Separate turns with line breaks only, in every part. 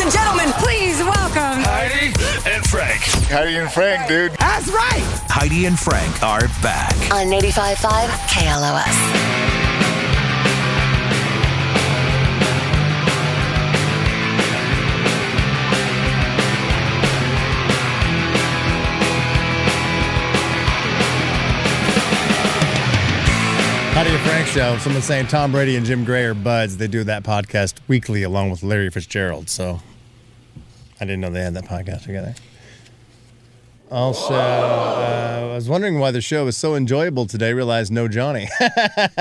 and gentlemen, please welcome.
Heidi and Frank.
Heidi and Frank, dude.
That's right.
Heidi and Frank are back.
on 85.5 KLOS.
Howdy and Frank show. Someone's saying Tom Brady and Jim Gray are buds. They do that podcast weekly along with Larry Fitzgerald. So I didn't know they had that podcast together. Also, uh, I was wondering why the show was so enjoyable today. Realized no Johnny. Heidi,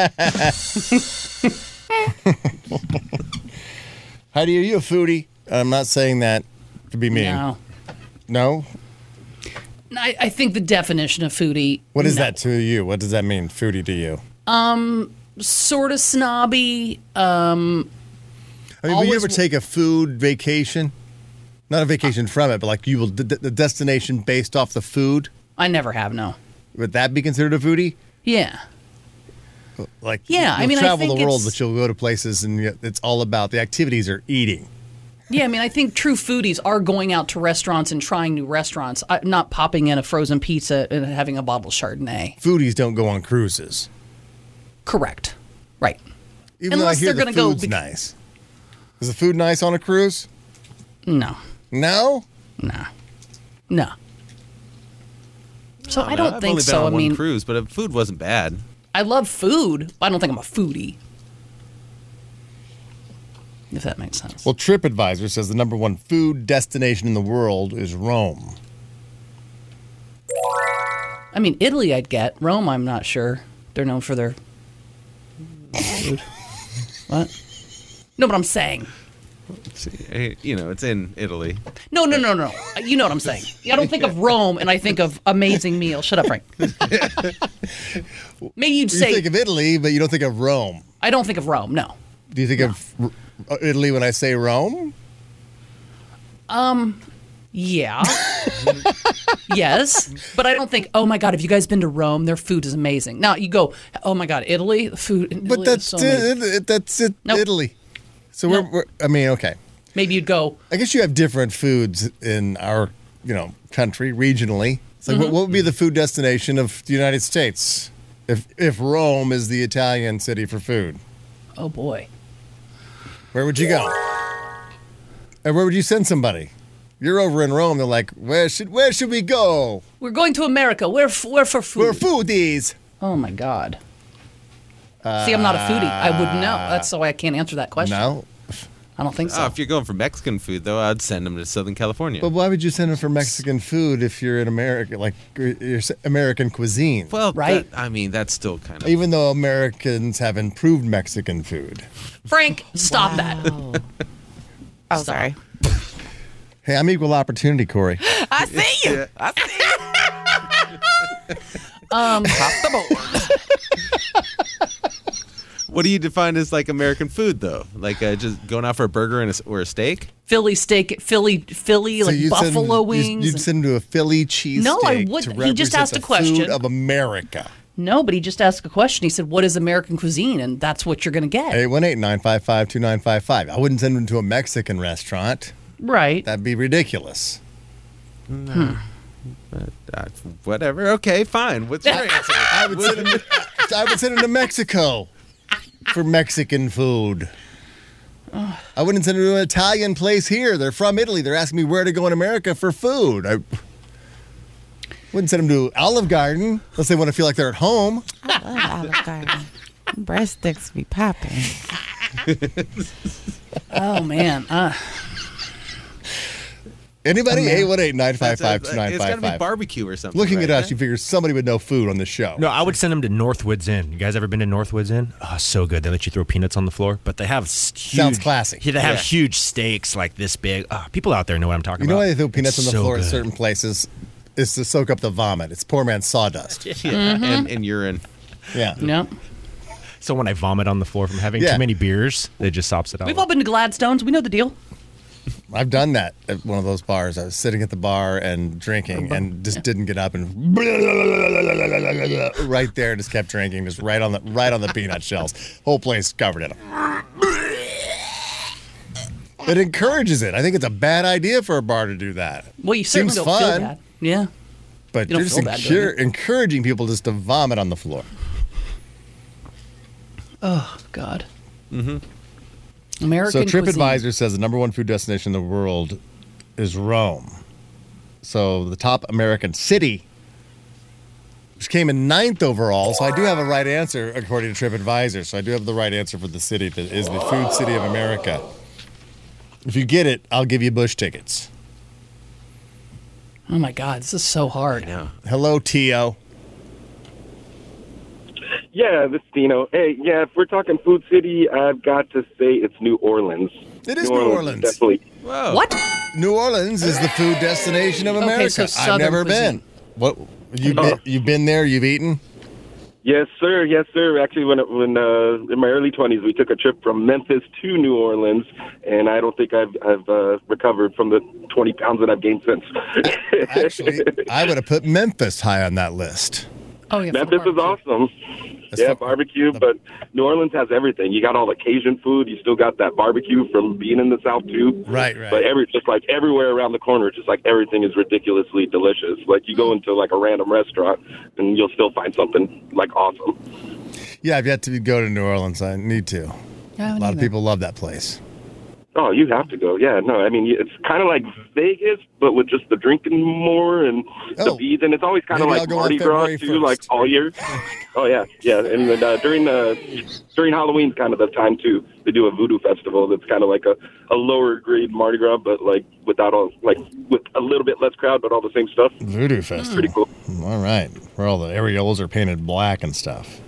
are you a foodie? I'm not saying that to be mean.
No.
No?
I, I think the definition of foodie
What is that to you? What does that mean, foodie to you?
sort of snobby. Uh,
I mean, will you
Always
ever
w-
take a food vacation? Not a vacation from it, but like you will d- d- the destination based off the food.
I never have no.
Would that be considered a foodie?
Yeah.
Like,
Yeah,
you'll
I mean, I
travel the
think
world,
it's-
but you'll go to places and yet it's all about the activities are eating.
Yeah, I mean, I think true foodies are going out to restaurants and trying new restaurants, I, not popping in a frozen pizza and having a bottle of Chardonnay.
Foodies don't go on cruises,
Correct. Right.
even though I
Unless
hear
they're
the
gonna go
food's
bec-
nice. Is the food nice on a cruise?
No.
No.
No. No. So I don't
I've
think
only been
so.
on
I
one
mean,
cruise, but uh, food wasn't bad.
I love food. But I don't think I'm a foodie. If that makes sense.
Well, TripAdvisor says the number one food destination in the world is Rome.
I mean, Italy, I'd get. Rome, I'm not sure. They're known for their food. what? No, but I'm saying.
It's, uh, you know, it's in Italy.
No, no, no, no. You know what I'm saying. I don't think of Rome and I think of amazing meal. Shut up, Frank. Maybe you'd
You
say,
think of Italy, but you don't think of Rome.
I don't think of Rome. No.
Do you think of R- uh, Italy when I say Rome?
Yeah. yes. But I don't think, oh my God, have you guys been to Rome? Their food is amazing. Now you go, oh my God, Italy? The food in
But
Italy
that's
is so amazing.
it, it- that's it,
Nope.
Italy. So we're,
Nope.
we're, I mean, okay.
Maybe you'd go,
I guess you have different foods in our, you know, country regionally. It's like,
Mm-hmm.
what, what would be the food destination of the United States if if Rome is the Italian city for food?
oh boy.
Where would you go? And where would you send somebody? You're over in Rome. They're like, where should where should we go?
We're going to America. We're, f- we're for food.
We're foodies.
Oh my god. See, I'm not a foodie. I would know. That's why I can't answer that question.
Uh, No,
I don't think so.
Oh, if you're going for Mexican food, though, I'd send them to Southern California.
But why would you send them for Mexican food if you're in America, like you're s- American cuisine?
well,
Right.
that- I mean, that's still kind of.
Even though Americans have improved Mexican food.
Frank, stop that.
Oh, sorry.
Hey, I'm equal opportunity, Corey.
I see you. I see you. um, off the board.
What do you define as like American food, though? Like uh, just going out for a burger and a s or a steak?
Philly steak, Philly, Philly, like
you'd send-
buffalo
you'd-
wings.
You'd send them to a Philly cheesesteak.
No, I
to
wouldn't. He just
represent
asked a
the Food
question.
of America.
no, but he just asked a question. He said, "What is American cuisine?" And that's what you're going to get.
818 955 2955. I wouldn't send them to a Mexican restaurant.
right.
That'd be ridiculous.
Uh, whatever. Okay, fine. What's your answer?
I would send them, I would send them to Mexico for Mexican food. I wouldn't send them to an Italian place here. They're from Italy. They're asking me where to go in America for food. I wouldn't send them to Olive Garden unless they want to feel like they're at home.
I love Olive Garden. Breast sticks be popping.
oh man. Uh,
Anybody? 818
That's a-
955
it's got to be
2955.
barbecue or something.
Looking
right?
at us, you figure somebody would know food on this show.
No, I would send them to Northwoods Inn. You guys ever been to Northwoods Inn? Oh, so good. They let you throw peanuts on the floor, but they have s- huge,
Sounds classy.
Yeah, they have
Yeah.
huge steaks like this big. Oh, people out there know what I'm talking
You know
about.
why they throw peanuts
It's
on the
so
floor
good.
at certain places? It's to soak up the vomit. It's poor man's sawdust.
Yeah,
Mm-hmm.
and, and urine.
Yeah.
no.
So when I vomit on the floor from having
Yeah.
too many beers, they just sops it out.
We've all been to Gladstones. We know the deal.
I've done that at one of those bars. I was sitting at the bar and drinking and just didn't get up and right there just kept drinking just right on the right on the peanut shells. Whole place covered in them. It encourages it. I think it's a bad idea for a bar to do that.
Well, you certainly
Seems
don't
fun.
feel bad. Yeah.
But
You
you
don't
are just
feel bad doing
encur- encouraging people just to vomit on the floor.
God. Mm-hmm. American
so
cuisine.
TripAdvisor says the number one food destination in the world is Rome. So the top American city, which came in ninth overall. So I do have a right answer according to TripAdvisor. So I do have the right answer for the city that is the food city of America. If you get it, I'll give you Bush tickets.
Oh my God, this is so hard.
Hello, Tio.
Yeah, this is Dino. Hey, yeah, if we're talking food city, I've got to say it's New Orleans.
It is New Orleans.
Definitely.
Whoa.
What?
New Orleans is the food destination of
Okay,
America.
so
I've
Southern
never
cuisine.
been. What you been, you've been there? You've eaten?
Yes, sir. Yes, sir. Actually, when when uh, in my early twenties, we took a trip from Memphis to New Orleans, and I don't think I've I've uh, recovered from the twenty pounds that I've gained since.
Actually, I would have put Memphis high on that list.
Oh yeah. for
Memphis is
barbecue.
awesome.
That's
yeah,
the-
barbecue, but New Orleans has everything. You got all the Cajun food. You still got that barbecue from being in the South too.
Right, right.
But every just like everywhere around the corner, just like everything is ridiculously delicious. Like you go into like a random restaurant, and you'll still find something like awesome.
Yeah, I've yet to go to New Orleans. I need
Oh,
to.
Yeah, I
A
haven't
lot of
either.
people love that place.
Oh, you have to go. Yeah, no, I mean it's kind of like Vegas, but with just the drinking more and the
Oh.
beads, and it's always kind of
Maybe I'll
like
go on
Mardi
February
Gras too,
1st.
like all year. oh yeah, yeah, and then uh, during uh, during Halloween's kind of the time too. They do a voodoo festival that's kind of like a, a lower grade Mardi Gras, but like without all like with a little bit less crowd, but all the same stuff.
Voodoo
Hmm.
Festival.
Pretty cool.
All right. Where all the areolas are painted black and stuff.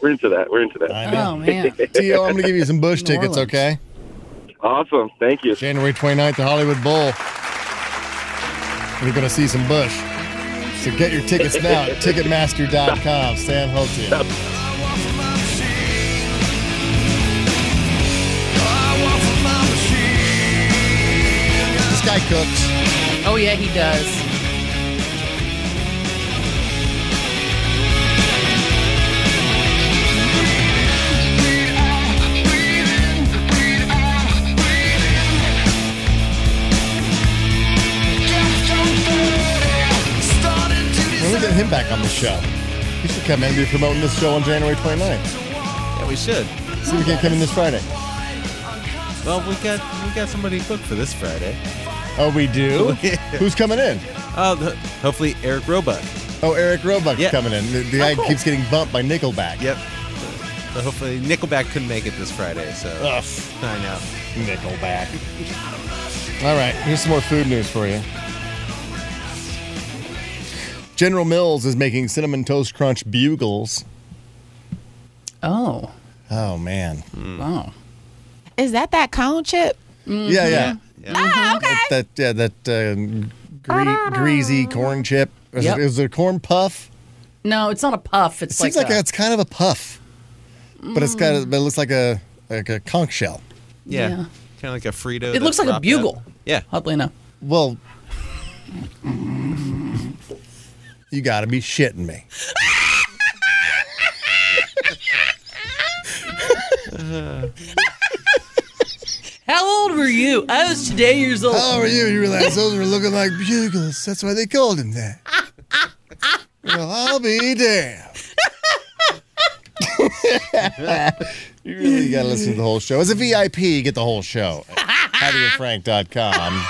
We're into that. We're into that.
I
Oh man.
Tio, I'm going to give you some Bush
New
tickets,
Orleans.
okay?
Awesome. Thank you.
January 29th, the Hollywood Bowl. We're going to see some Bush. So get your tickets now at Ticketmaster.com. Sam Holtia. This guy cooks.
Oh yeah, he does.
When we get him back on the show, he should come in and be promoting this show on January 29th.
Yeah, we should.
See if we can't come in this Friday.
Well, we got we got somebody booked for this Friday.
Oh, we do? Who's coming in?
Oh, the, hopefully Eric Roebuck.
Oh, Eric Roebuck's
Yeah.
coming in. The, the guy
cool.
keeps getting bumped by Nickelback.
Yep. But hopefully Nickelback couldn't make it this Friday, so
Ugh,
I know.
Nickelback. All right, here's some more food news for you. General Mills is making cinnamon toast crunch bugles.
Oh
Oh man,
wow.
Is that that cone chip?
yeah, yeah,
Ah, okay.
that yeah that um, gre- greasy corn chip. Is,
Yep.
it, is it a corn puff?
No, it's not a puff. It's
It seems
like,
like
a,
that's kind of a puff, but it's got a, but it looks like a like a conch shell.
Yeah.
Yeah.
Kind of like a Frito.
It looks
that's
like a
wrapped up.
bugle.
Yeah.
Oddly enough.
Well, you got to be shitting me.
How old were you? I was today years old.
How are you? You realize those were looking like bugles. That's why they called him that. well, I'll be damned. you really got to listen to the whole show. As a VIP, you get the whole show. HowDoYouFrank.com.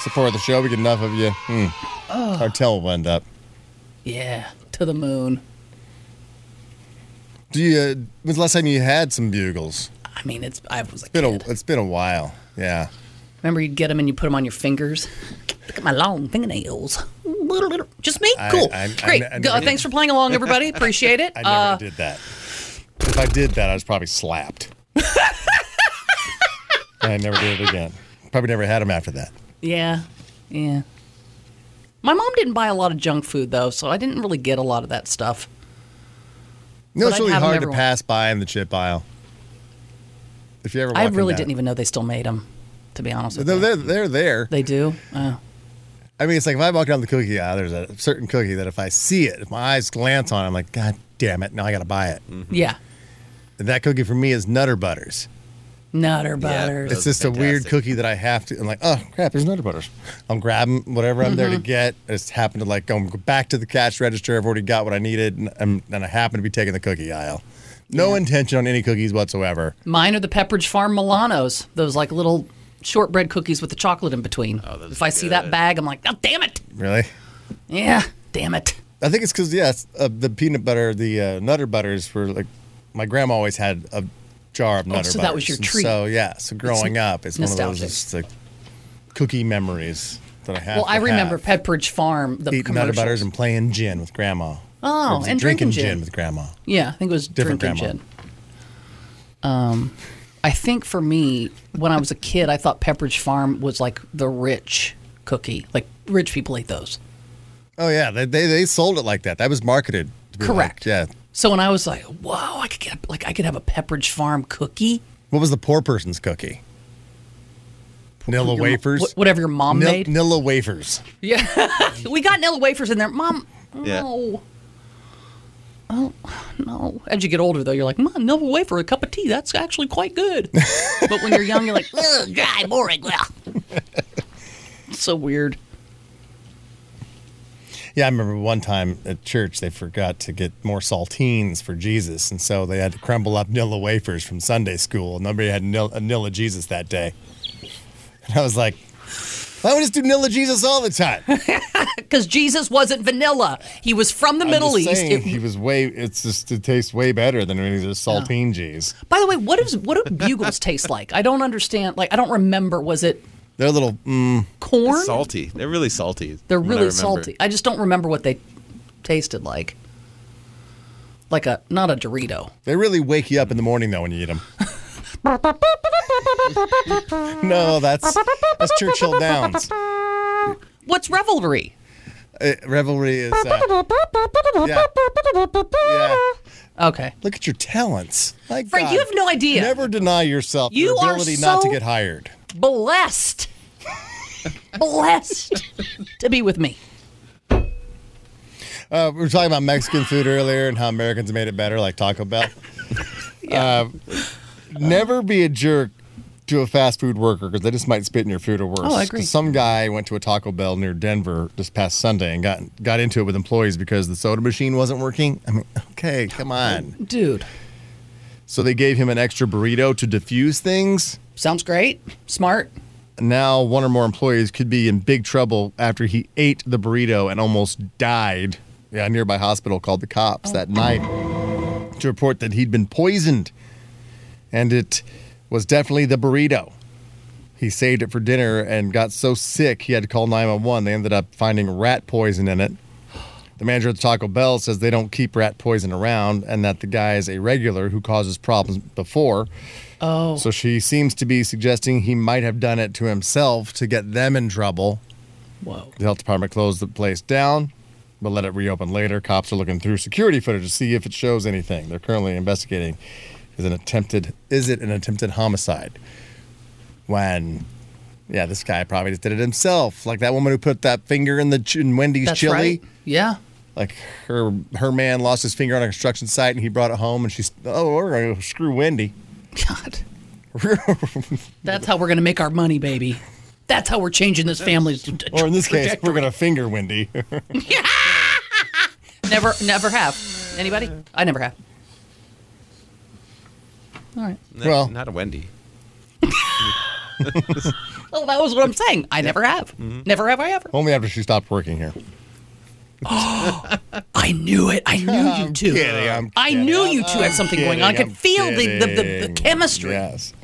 Support the show. We get enough of you. Hmm. Our tail will end up.
Yeah. To the moon.
Do you? Uh, when's the last time you had some bugles?
I mean, it's. I was like.
Been a, it's been a while. Yeah.
Remember, you'd get them and you put them on your fingers. Look at my long fingernails. Little, little. Just me.
I-
cool.
I- I-
Great.
I never
Go-
did.
Thanks for playing along, everybody. Appreciate it.
I never
uh,
did that. If I did that, I was probably slapped. and I never did it again. Probably never had them after that.
Yeah. Yeah. My mom didn't buy a lot of junk food though, so I didn't really get a lot of that stuff.
No,
But
it's
I'd
really
have 'em
hard to
everywhere.
pass by in the chip aisle. If you ever,
I
walk in
really
that.
didn't even know they still made them. To be honest with
They're,
you,
they're, they're there.
they do. Oh.
I mean, it's like if I walk down the cookie aisle, there's a certain cookie that if I see it, if my eyes glance on, it, I'm like, God damn it! Now I got to buy it.
Yeah.
And that cookie for me is Nutter Butters.
Nutter
Yeah.
butters.
It's just a weird
fantastic.
cookie that I have to. I'm like, oh crap, there's nutter butters. I'm grabbing whatever I'm
Mm-hmm.
there to get. I just happen to like go back to the cash register. I've already got what I needed, and, and, and I happen to be taking the cookie aisle. No intention on any cookies whatsoever.
Mine are the Pepperidge Farm Milanos. Those like little shortbread cookies with the chocolate in between.
Oh,
if I see that bag, I'm like, oh, damn it.
Really,
Yeah, damn it.
I think it's because yes, uh, the peanut butter, the uh, nutter butters were like my grandma always had a jar of nutter.
Oh, so
butters.
that was your
And
treat.
So yeah, so growing up, it's one of
nostalgic.
those just, like cookie memories that I have.
Well,
to
I remember
have.
Pepperidge Farm, the
eating nutter
commercials.
butters and playing gin with grandma.
Oh,
Or was it
and drinking gin.
with grandma.
Yeah, I think it was
Different
drinking
grandma.
gin. Um, I think for me, when I was a kid, I thought Pepperidge Farm was like the rich cookie. Like rich people ate those.
Oh yeah, they they, they sold it like that. That was marketed. to be like-
Correct.
yeah.
So when I was like, "Wow, I could get like I could have a Pepperidge Farm cookie."
What was the poor person's cookie? Nilla
Your mo-
wafers.
wh- whatever your mom
Nil-
made.
Nilla wafers.
Yeah, we got Nilla wafers in there, Mom.
Yeah.
No. Oh no! As you get older, though, you're like, Mom, Nilla wafer, a cup of tea. That's actually quite good. but when you're young, you're like, Ugh, dry, boring. Ugh. so weird.
Yeah, I remember one time at church they forgot to get more saltines for Jesus, and so they had to crumble up Nilla wafers from Sunday school. and Nobody had Nil- a Nilla Jesus that day, and I was like, "Why don't we just do Nilla Jesus all the time?"
Because Jesus wasn't vanilla; he was from the Middle
I'm just
East.
saying,
It-
he was way. It's just it tastes way better than any of those saltine G's.
by the way, what is what do bugles taste like? I don't understand. Like, I don't remember. Was it
They're little. Mm,
corn?
salty. They're really salty.
They're
from what I
really
remember.
salty. I just don't remember what they tasted like. Like a not a Dorito.
they really wake you up in the morning though when you eat them. no, that's that's Churchill Downs.
What's revelry?
Uh, revelry is. Uh, yeah. yeah.
Okay.
Look at your talents. My
Frank,
God.
you have no idea.
Never deny yourself
You
your
are
ability not to
so-
get hired.
Blessed. Blessed to be with me.
Uh, we were talking about Mexican food earlier and how Americans made it better, like Taco Bell. uh, never be a jerk to a fast food worker because they just might spit in your food or worse.
Oh, I agree.
'Cause Some guy went to a Taco Bell near Denver this past Sunday and got got into it with employees because the soda machine wasn't working. I mean, okay, come on.
Dude.
So they gave him an extra burrito to diffuse things.
Sounds great. Smart.
Now one or more employees could be in big trouble after he ate the burrito and almost died. Yeah, a nearby hospital called the cops that night to report that he'd been poisoned. And it was definitely the burrito. He saved it for dinner and got so sick he had to call 911. They ended up finding rat poison in it. The manager at Taco Bell says they don't keep rat poison around and that the guy is a regular who causes problems before. Oh. So she seems to be suggesting he might have done it to himself to get them in trouble.
Whoa.
The health department closed the place down, but let it reopen later. Cops are looking through security footage to see if it shows anything. They're currently investigating is an attempted is it an attempted homicide? When yeah, this guy probably just did it himself. Like that woman who put that finger in the ch- in Wendy's
That's
chili.
right. Yeah.
Like her her man lost his finger on a construction site and he brought it home and she's oh we're gonna go screw Wendy.
God. That's how we're gonna make our money, baby. That's how we're changing this family's
Or in this case, we're gonna finger Wendy.
Never, never have. Anybody? I never have. All right.
No,
Well-
not a Wendy.
Well, that was what I'm saying. I never have.
Mm-hmm.
Never have I ever.
Only after she stopped working here.
I knew it. I knew you two.
kidding, I'm
Um, I
kidding.
knew you two had something going on. I
Kidding,
could
I'm
feel the, the, the, the
kidding.
chemistry.
Yes.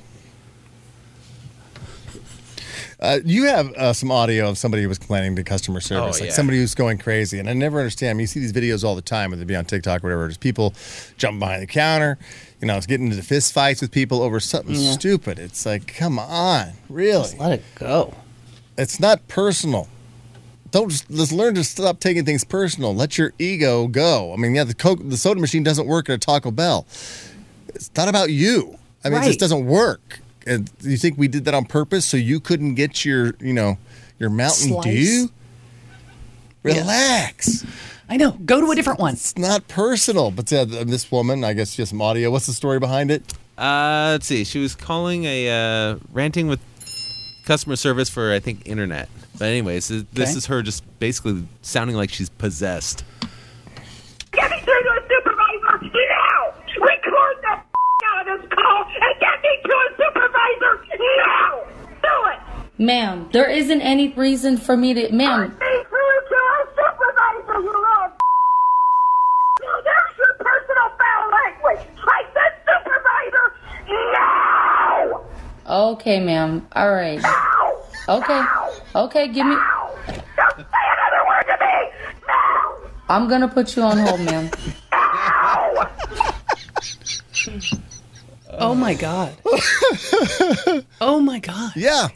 Uh, you have uh, some audio of somebody who was complaining to customer service,
Oh,
like
yeah.
somebody who's going crazy. And I never understand. I mean, you see these videos all the time, whether it be on TikTok or whatever. Just people jumping behind the counter. You know, it's getting into fist fights with people over something stupid. It's like, come on, really?
Let it go.
It's not personal. Don't just, just learn to stop taking things personal. Let your ego go. I mean, yeah, the Coke, the soda machine doesn't work at a Taco Bell. It's not about you. I mean, it
Right.
just doesn't work. And you think we did that on purpose so you couldn't get your, you know, your Mountain
Slice.
Dew? Relax.
I know. Go to a different one.
It's not personal. But yeah, th- this woman, I guess, just some audio. What's the story behind it?
Uh, let's see. She was calling a uh, ranting with customer service for I think internet. But anyways, this this
Okay.
is her just basically sounding like she's possessed.
Get me through to a supervisor now! Record the f- out of this call and get me to a supervisor now! Do it!
Ma'am, there isn't any reason for me to. Ma'am,
Me through to a supervisor, you little f- So there's your personal foul language! I said supervisor now!
okay, ma'am. All right. Okay. Okay, give me.
Don't say another word to me!
I'm gonna put you on hold, ma'am.
Oh my god. oh my god.
Yeah.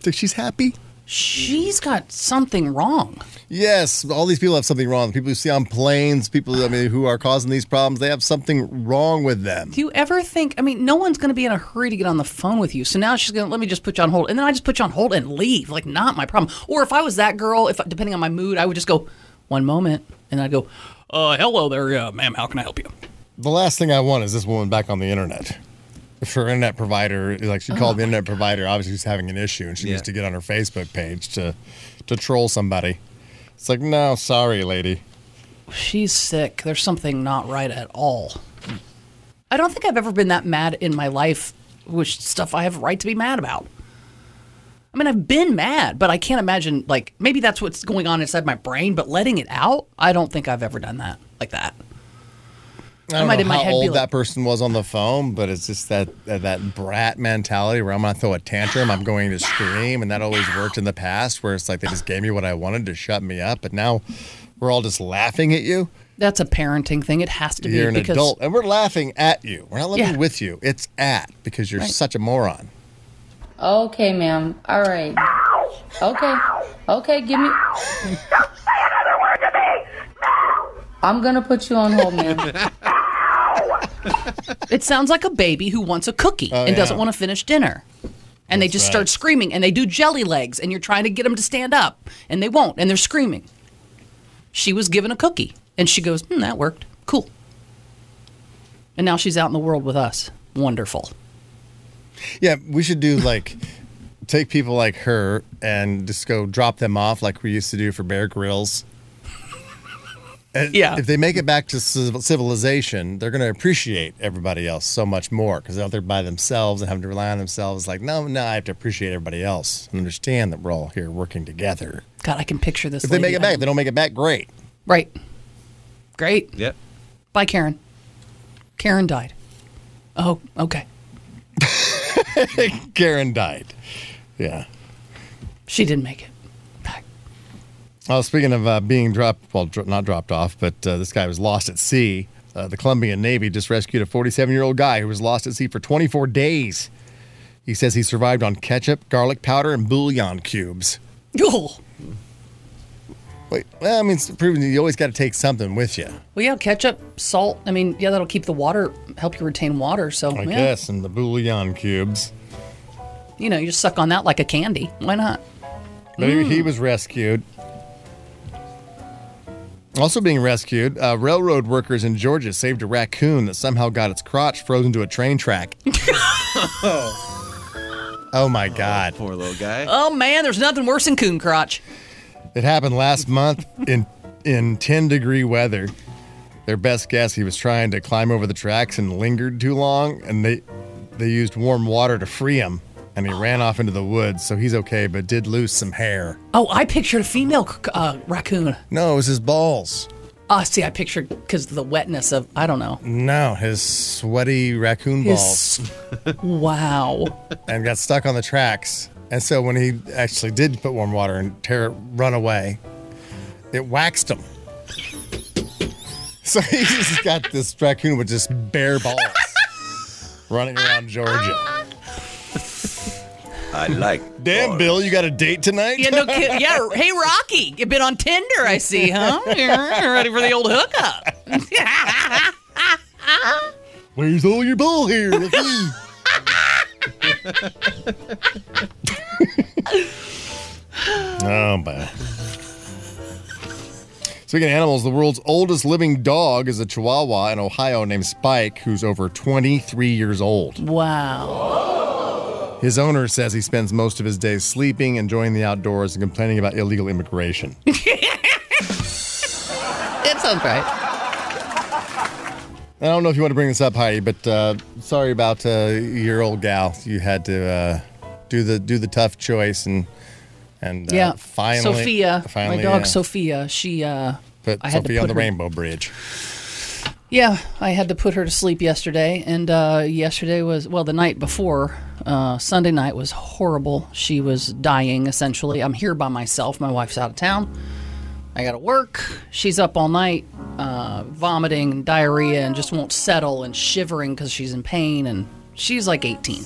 So she's happy?
She's got something wrong.
Yes, all these people have something wrong. The people you see on planes, people I mean who are causing these problems, they have something wrong with them.
Do you ever think? I mean, no one's going to be in a hurry to get on the phone with you. So now she's going to let me just put you on hold, and then I just put you on hold and leave. Like, not my problem. Or if I was that girl, if depending on my mood, I would just go one moment, and I'd go, uh, "Hello there, uh, ma'am. How can I help you?"
The last thing I want is this woman back on the internet. If her internet provider, like she called the internet provider, obviously she's having an issue and she needs
Yeah.
to get on her Facebook page to to troll somebody. It's like, no, sorry, lady.
She's sick. There's something not right at all. I don't think I've ever been that mad in my life with stuff I have a right to be mad about. I mean, I've been mad, but I can't imagine, like, maybe that's what's going on inside my brain, but letting it out, I don't think I've ever done that like that.
I don't
might
know
in my
how
head be
old
like-
that person was on the phone, but it's just that that, that brat mentality where I'm gonna throw a tantrum, I'm going to scream, and that always worked in the past where it's like they just gave me what I wanted to shut me up, but now we're all just laughing at you.
That's a parenting thing. It has to
You're
be
an
because
adult, and we're laughing at you. We're not laughing
Yeah.
with you. It's at because you're
Right.
such a moron.
Okay, ma'am. All right. Okay. Okay, give me. I'm gonna put you on hold, ma'am.
it sounds like a baby who wants a cookie
Oh,
and doesn't
yeah.
want to finish dinner. And they
That's
just
right.
start screaming and they do jelly legs and you're trying to get them to stand up and they won't and they're screaming. She was given a cookie and she goes, hmm, that worked. Cool. And now she's out in the world with us. Wonderful.
Yeah, we should do like take people like her and just go drop them off like we used to do for Bear Grylls. And
Yeah.
If they make it back to civ- civilization, they're going to appreciate everybody else so much more because they're out there by themselves and having to rely on themselves. Like, no, no, I have to appreciate everybody else and understand that we're all here working together.
God, I can picture this.
If they make
lady.
it back, if they don't make it back, great.
Right. Great.
Yep.
Bye, Karen. Karen died. Oh, okay.
Karen died. Yeah.
She didn't make it.
Oh, speaking of uh, being dropped, well, dro- not dropped off, but uh, this guy was lost at sea. Uh, the Colombian Navy just rescued a 47 year old guy who was lost at sea for 24 days. He says he survived on ketchup, garlic powder, and bouillon cubes.
Oh.
Wait, well, I mean, it's proven you always got to take something with you,
Well, yeah, ketchup, salt. I mean, yeah, that'll keep the water, help you retain water. So,
I
yeah,
guess, and the bouillon cubes.
you know, you just suck on that like a candy. Why not?
But he- he was rescued. Also being rescued, uh, railroad workers in Georgia saved a raccoon that somehow got its crotch frozen to a train track. oh my God.
Poor little guy.
Oh man, there's nothing worse than coon crotch.
It happened last month in, in 10 degree weather. Their best guess, he was trying to climb over the tracks and lingered too long, and they, they used warm water to free him, and he ran off into the woods, so he's okay, but did lose some hair.
Oh, I pictured a female c- uh, raccoon.
No, it was his balls.
Ah, see, I pictured because the wetness of I don't know.
No, his sweaty raccoon balls
His- wow.
and got stuck on the tracks. And so when he actually did put warm water and tear run away, it waxed him. So he just got this raccoon with just bare balls running around Georgia.
I like.
Damn, Bill, you got a date tonight?
Yeah, no kid. Yeah, hey Rocky, you've been on Tinder, I see, huh? You're ready for the old hookup?
Where's all your ball here? Rookie? oh, man. So Speaking of animals, the world's oldest living dog is a Chihuahua in Ohio named Spike, who's over 23 years old.
Wow.
His owner says he spends most of his days sleeping, enjoying the outdoors, and complaining about illegal immigration.
It sounds right.
I don't know if you want to bring this up, Heidi, but uh, sorry about uh, your old gal. You had to uh, do the do the tough choice and and uh,
yeah.
finally
Sophia,
finally,
my dog
yeah,
Sophia, she uh
put
I had to
Sophia on
put
the
her-
Rainbow Bridge.
Yeah, I had to put her to sleep yesterday, and uh, yesterday was well the night before. Uh, Sunday night was horrible. She was dying essentially. I'm here by myself. My wife's out of town. I got to work. She's up all night, uh, vomiting and diarrhea, and just won't settle and shivering because she's in pain. And she's like 18,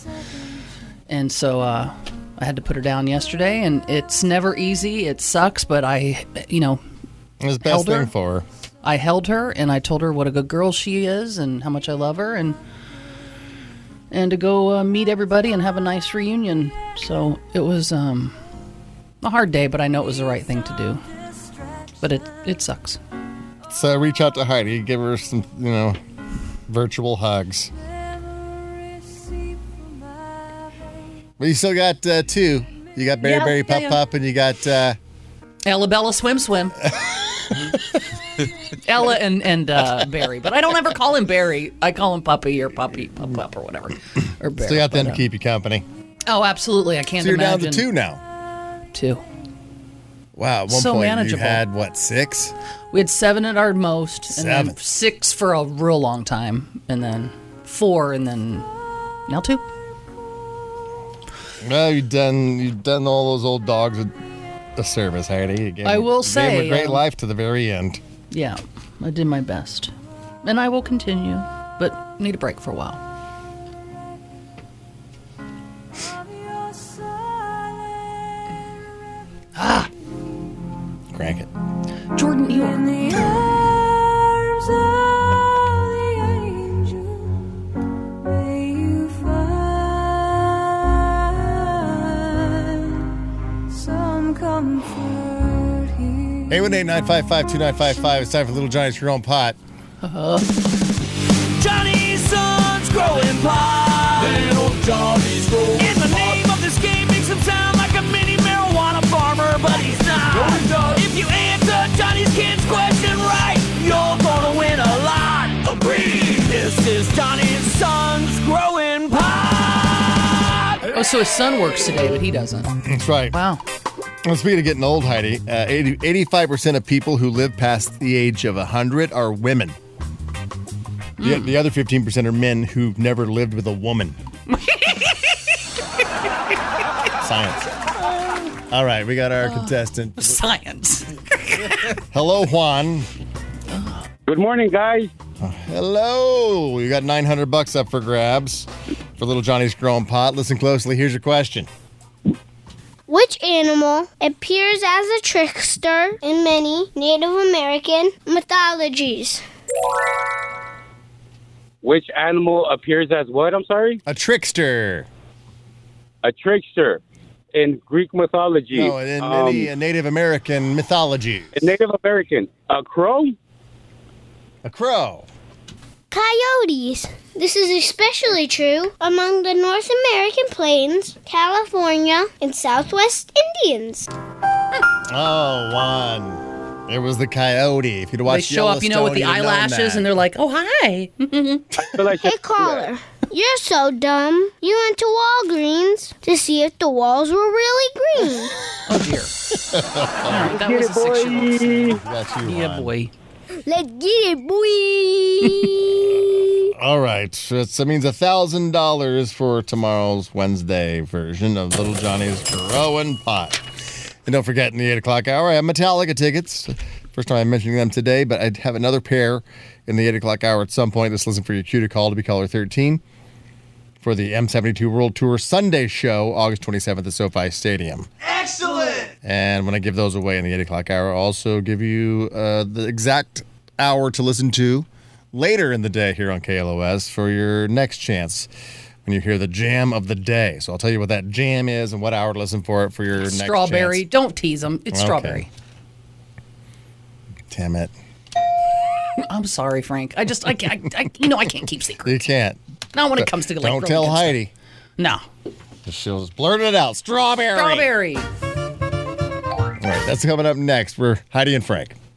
and so uh, I had to put her down yesterday. And it's never easy. It sucks, but I, you know,
It's best
held her.
thing for her.
I held her and I told her what a good girl she is and how much I love her and and to go uh, meet everybody and have a nice reunion. So it was um, a hard day, but I know it was the right thing to do. But it it sucks.
So reach out to Heidi, give her some you know virtual hugs. But you still got uh, two. You got Berry
Yeah,
Berry
yeah,
Pop
yeah.
Pop, and you got uh,
Alabella swim swim. Ella and and uh, Barry, but I don't ever call him Barry. I call him Puppy or Puppy, or Pup or whatever. Or Barry.
still got them
but,
to keep you company.
uh, Oh, absolutely. I can't.
so you're
imagine.
down to two now.
Two.
Wow, at one
So
point
manageable.
you had what six?
We had seven at our most, and
Seven.
then six for a real long time, and then four, and then now two.
No, you've done you've done all those old dogs a service, Heidi. You gave
I
them- you
will
gave them
say,
a great
um,
life to the very end.
Yeah, I did my best, and I will continue, but need a break for a while. Ah,
Crank it.
Jordan
Eight one eight nine five five two nine five five. It's time for Little Johnny's Your Own Pot.
Johnny's son's growing pot. Little Johnny's growing And the name of this game makes him sound like a mini marijuana farmer, but he's not. If you answer Johnny's kid's question right, you're gonna win a lot of breed. This is Johnny's son's growing pot.
Oh, so his son works today, but he doesn't.
That's right.
Wow.
Well, speaking of getting old, Heidi, uh, 80, 85% of people who live past the age of 100 are women. The,
Hmm.
the other 15% are men who've never lived with a woman. Science. All right, we got our
Ah.
contestant.
Science.
Hello, Juan.
Good morning, guys.
Hello. You got 900 bucks up for grabs for little Johnny's growing pot. Listen closely. Here's your question.
Which animal appears as a trickster in many Native American mythologies?
Which animal appears as what? I'm sorry?
A trickster.
A trickster in Greek mythology. Um,
No, in
um,
any uh, Native American mythology.
Native American. A crow?
A crow.
Coyotes. This is especially true among the North American plains, California, and Southwest Indians.
Oh, Juan. It was the coyote. If you'd watched
they show up, you know, with the eyelashes, and they're like, "Oh, hi."
hey, caller. You're so dumb. You went to Walgreens to see if the walls were really green.
Oh dear. that was a six-year-old.
That's you,
Yeah, boy.
Let's get it, boy.
All right. So that means a $1,000 for tomorrow's Wednesday version of Little Johnny's Growing Pot. And don't forget, in the 8 o'clock hour, I have Metallica tickets. First time I'm mentioning them today, but I have another pair in the 8 o'clock hour at some point. Just listen for your cue to call to be caller 13 for the M72 World Tour Sunday show, August 27th at SoFi Stadium.
Excellent.
And when I give those away in the 8 o'clock hour, I'll also give you uh, the exact hour to listen to later in the day here on KLOS for your next chance when you hear the jam of the day. So I'll tell you what that jam is and what hour to listen for it for your next
Strawberry. Don't tease them. It's
Okay.
strawberry.
chance. Damn it.
I'm sorry, Frank. I just I can't. I, I, you know I can't keep secrets.
You can't.
Not when it comes to like
Don't
really
tell
good
Heidi.
No.
She'll just blurt it out. Strawberry.
Strawberry.
All right, that's coming up next. We're Heidi and Frank.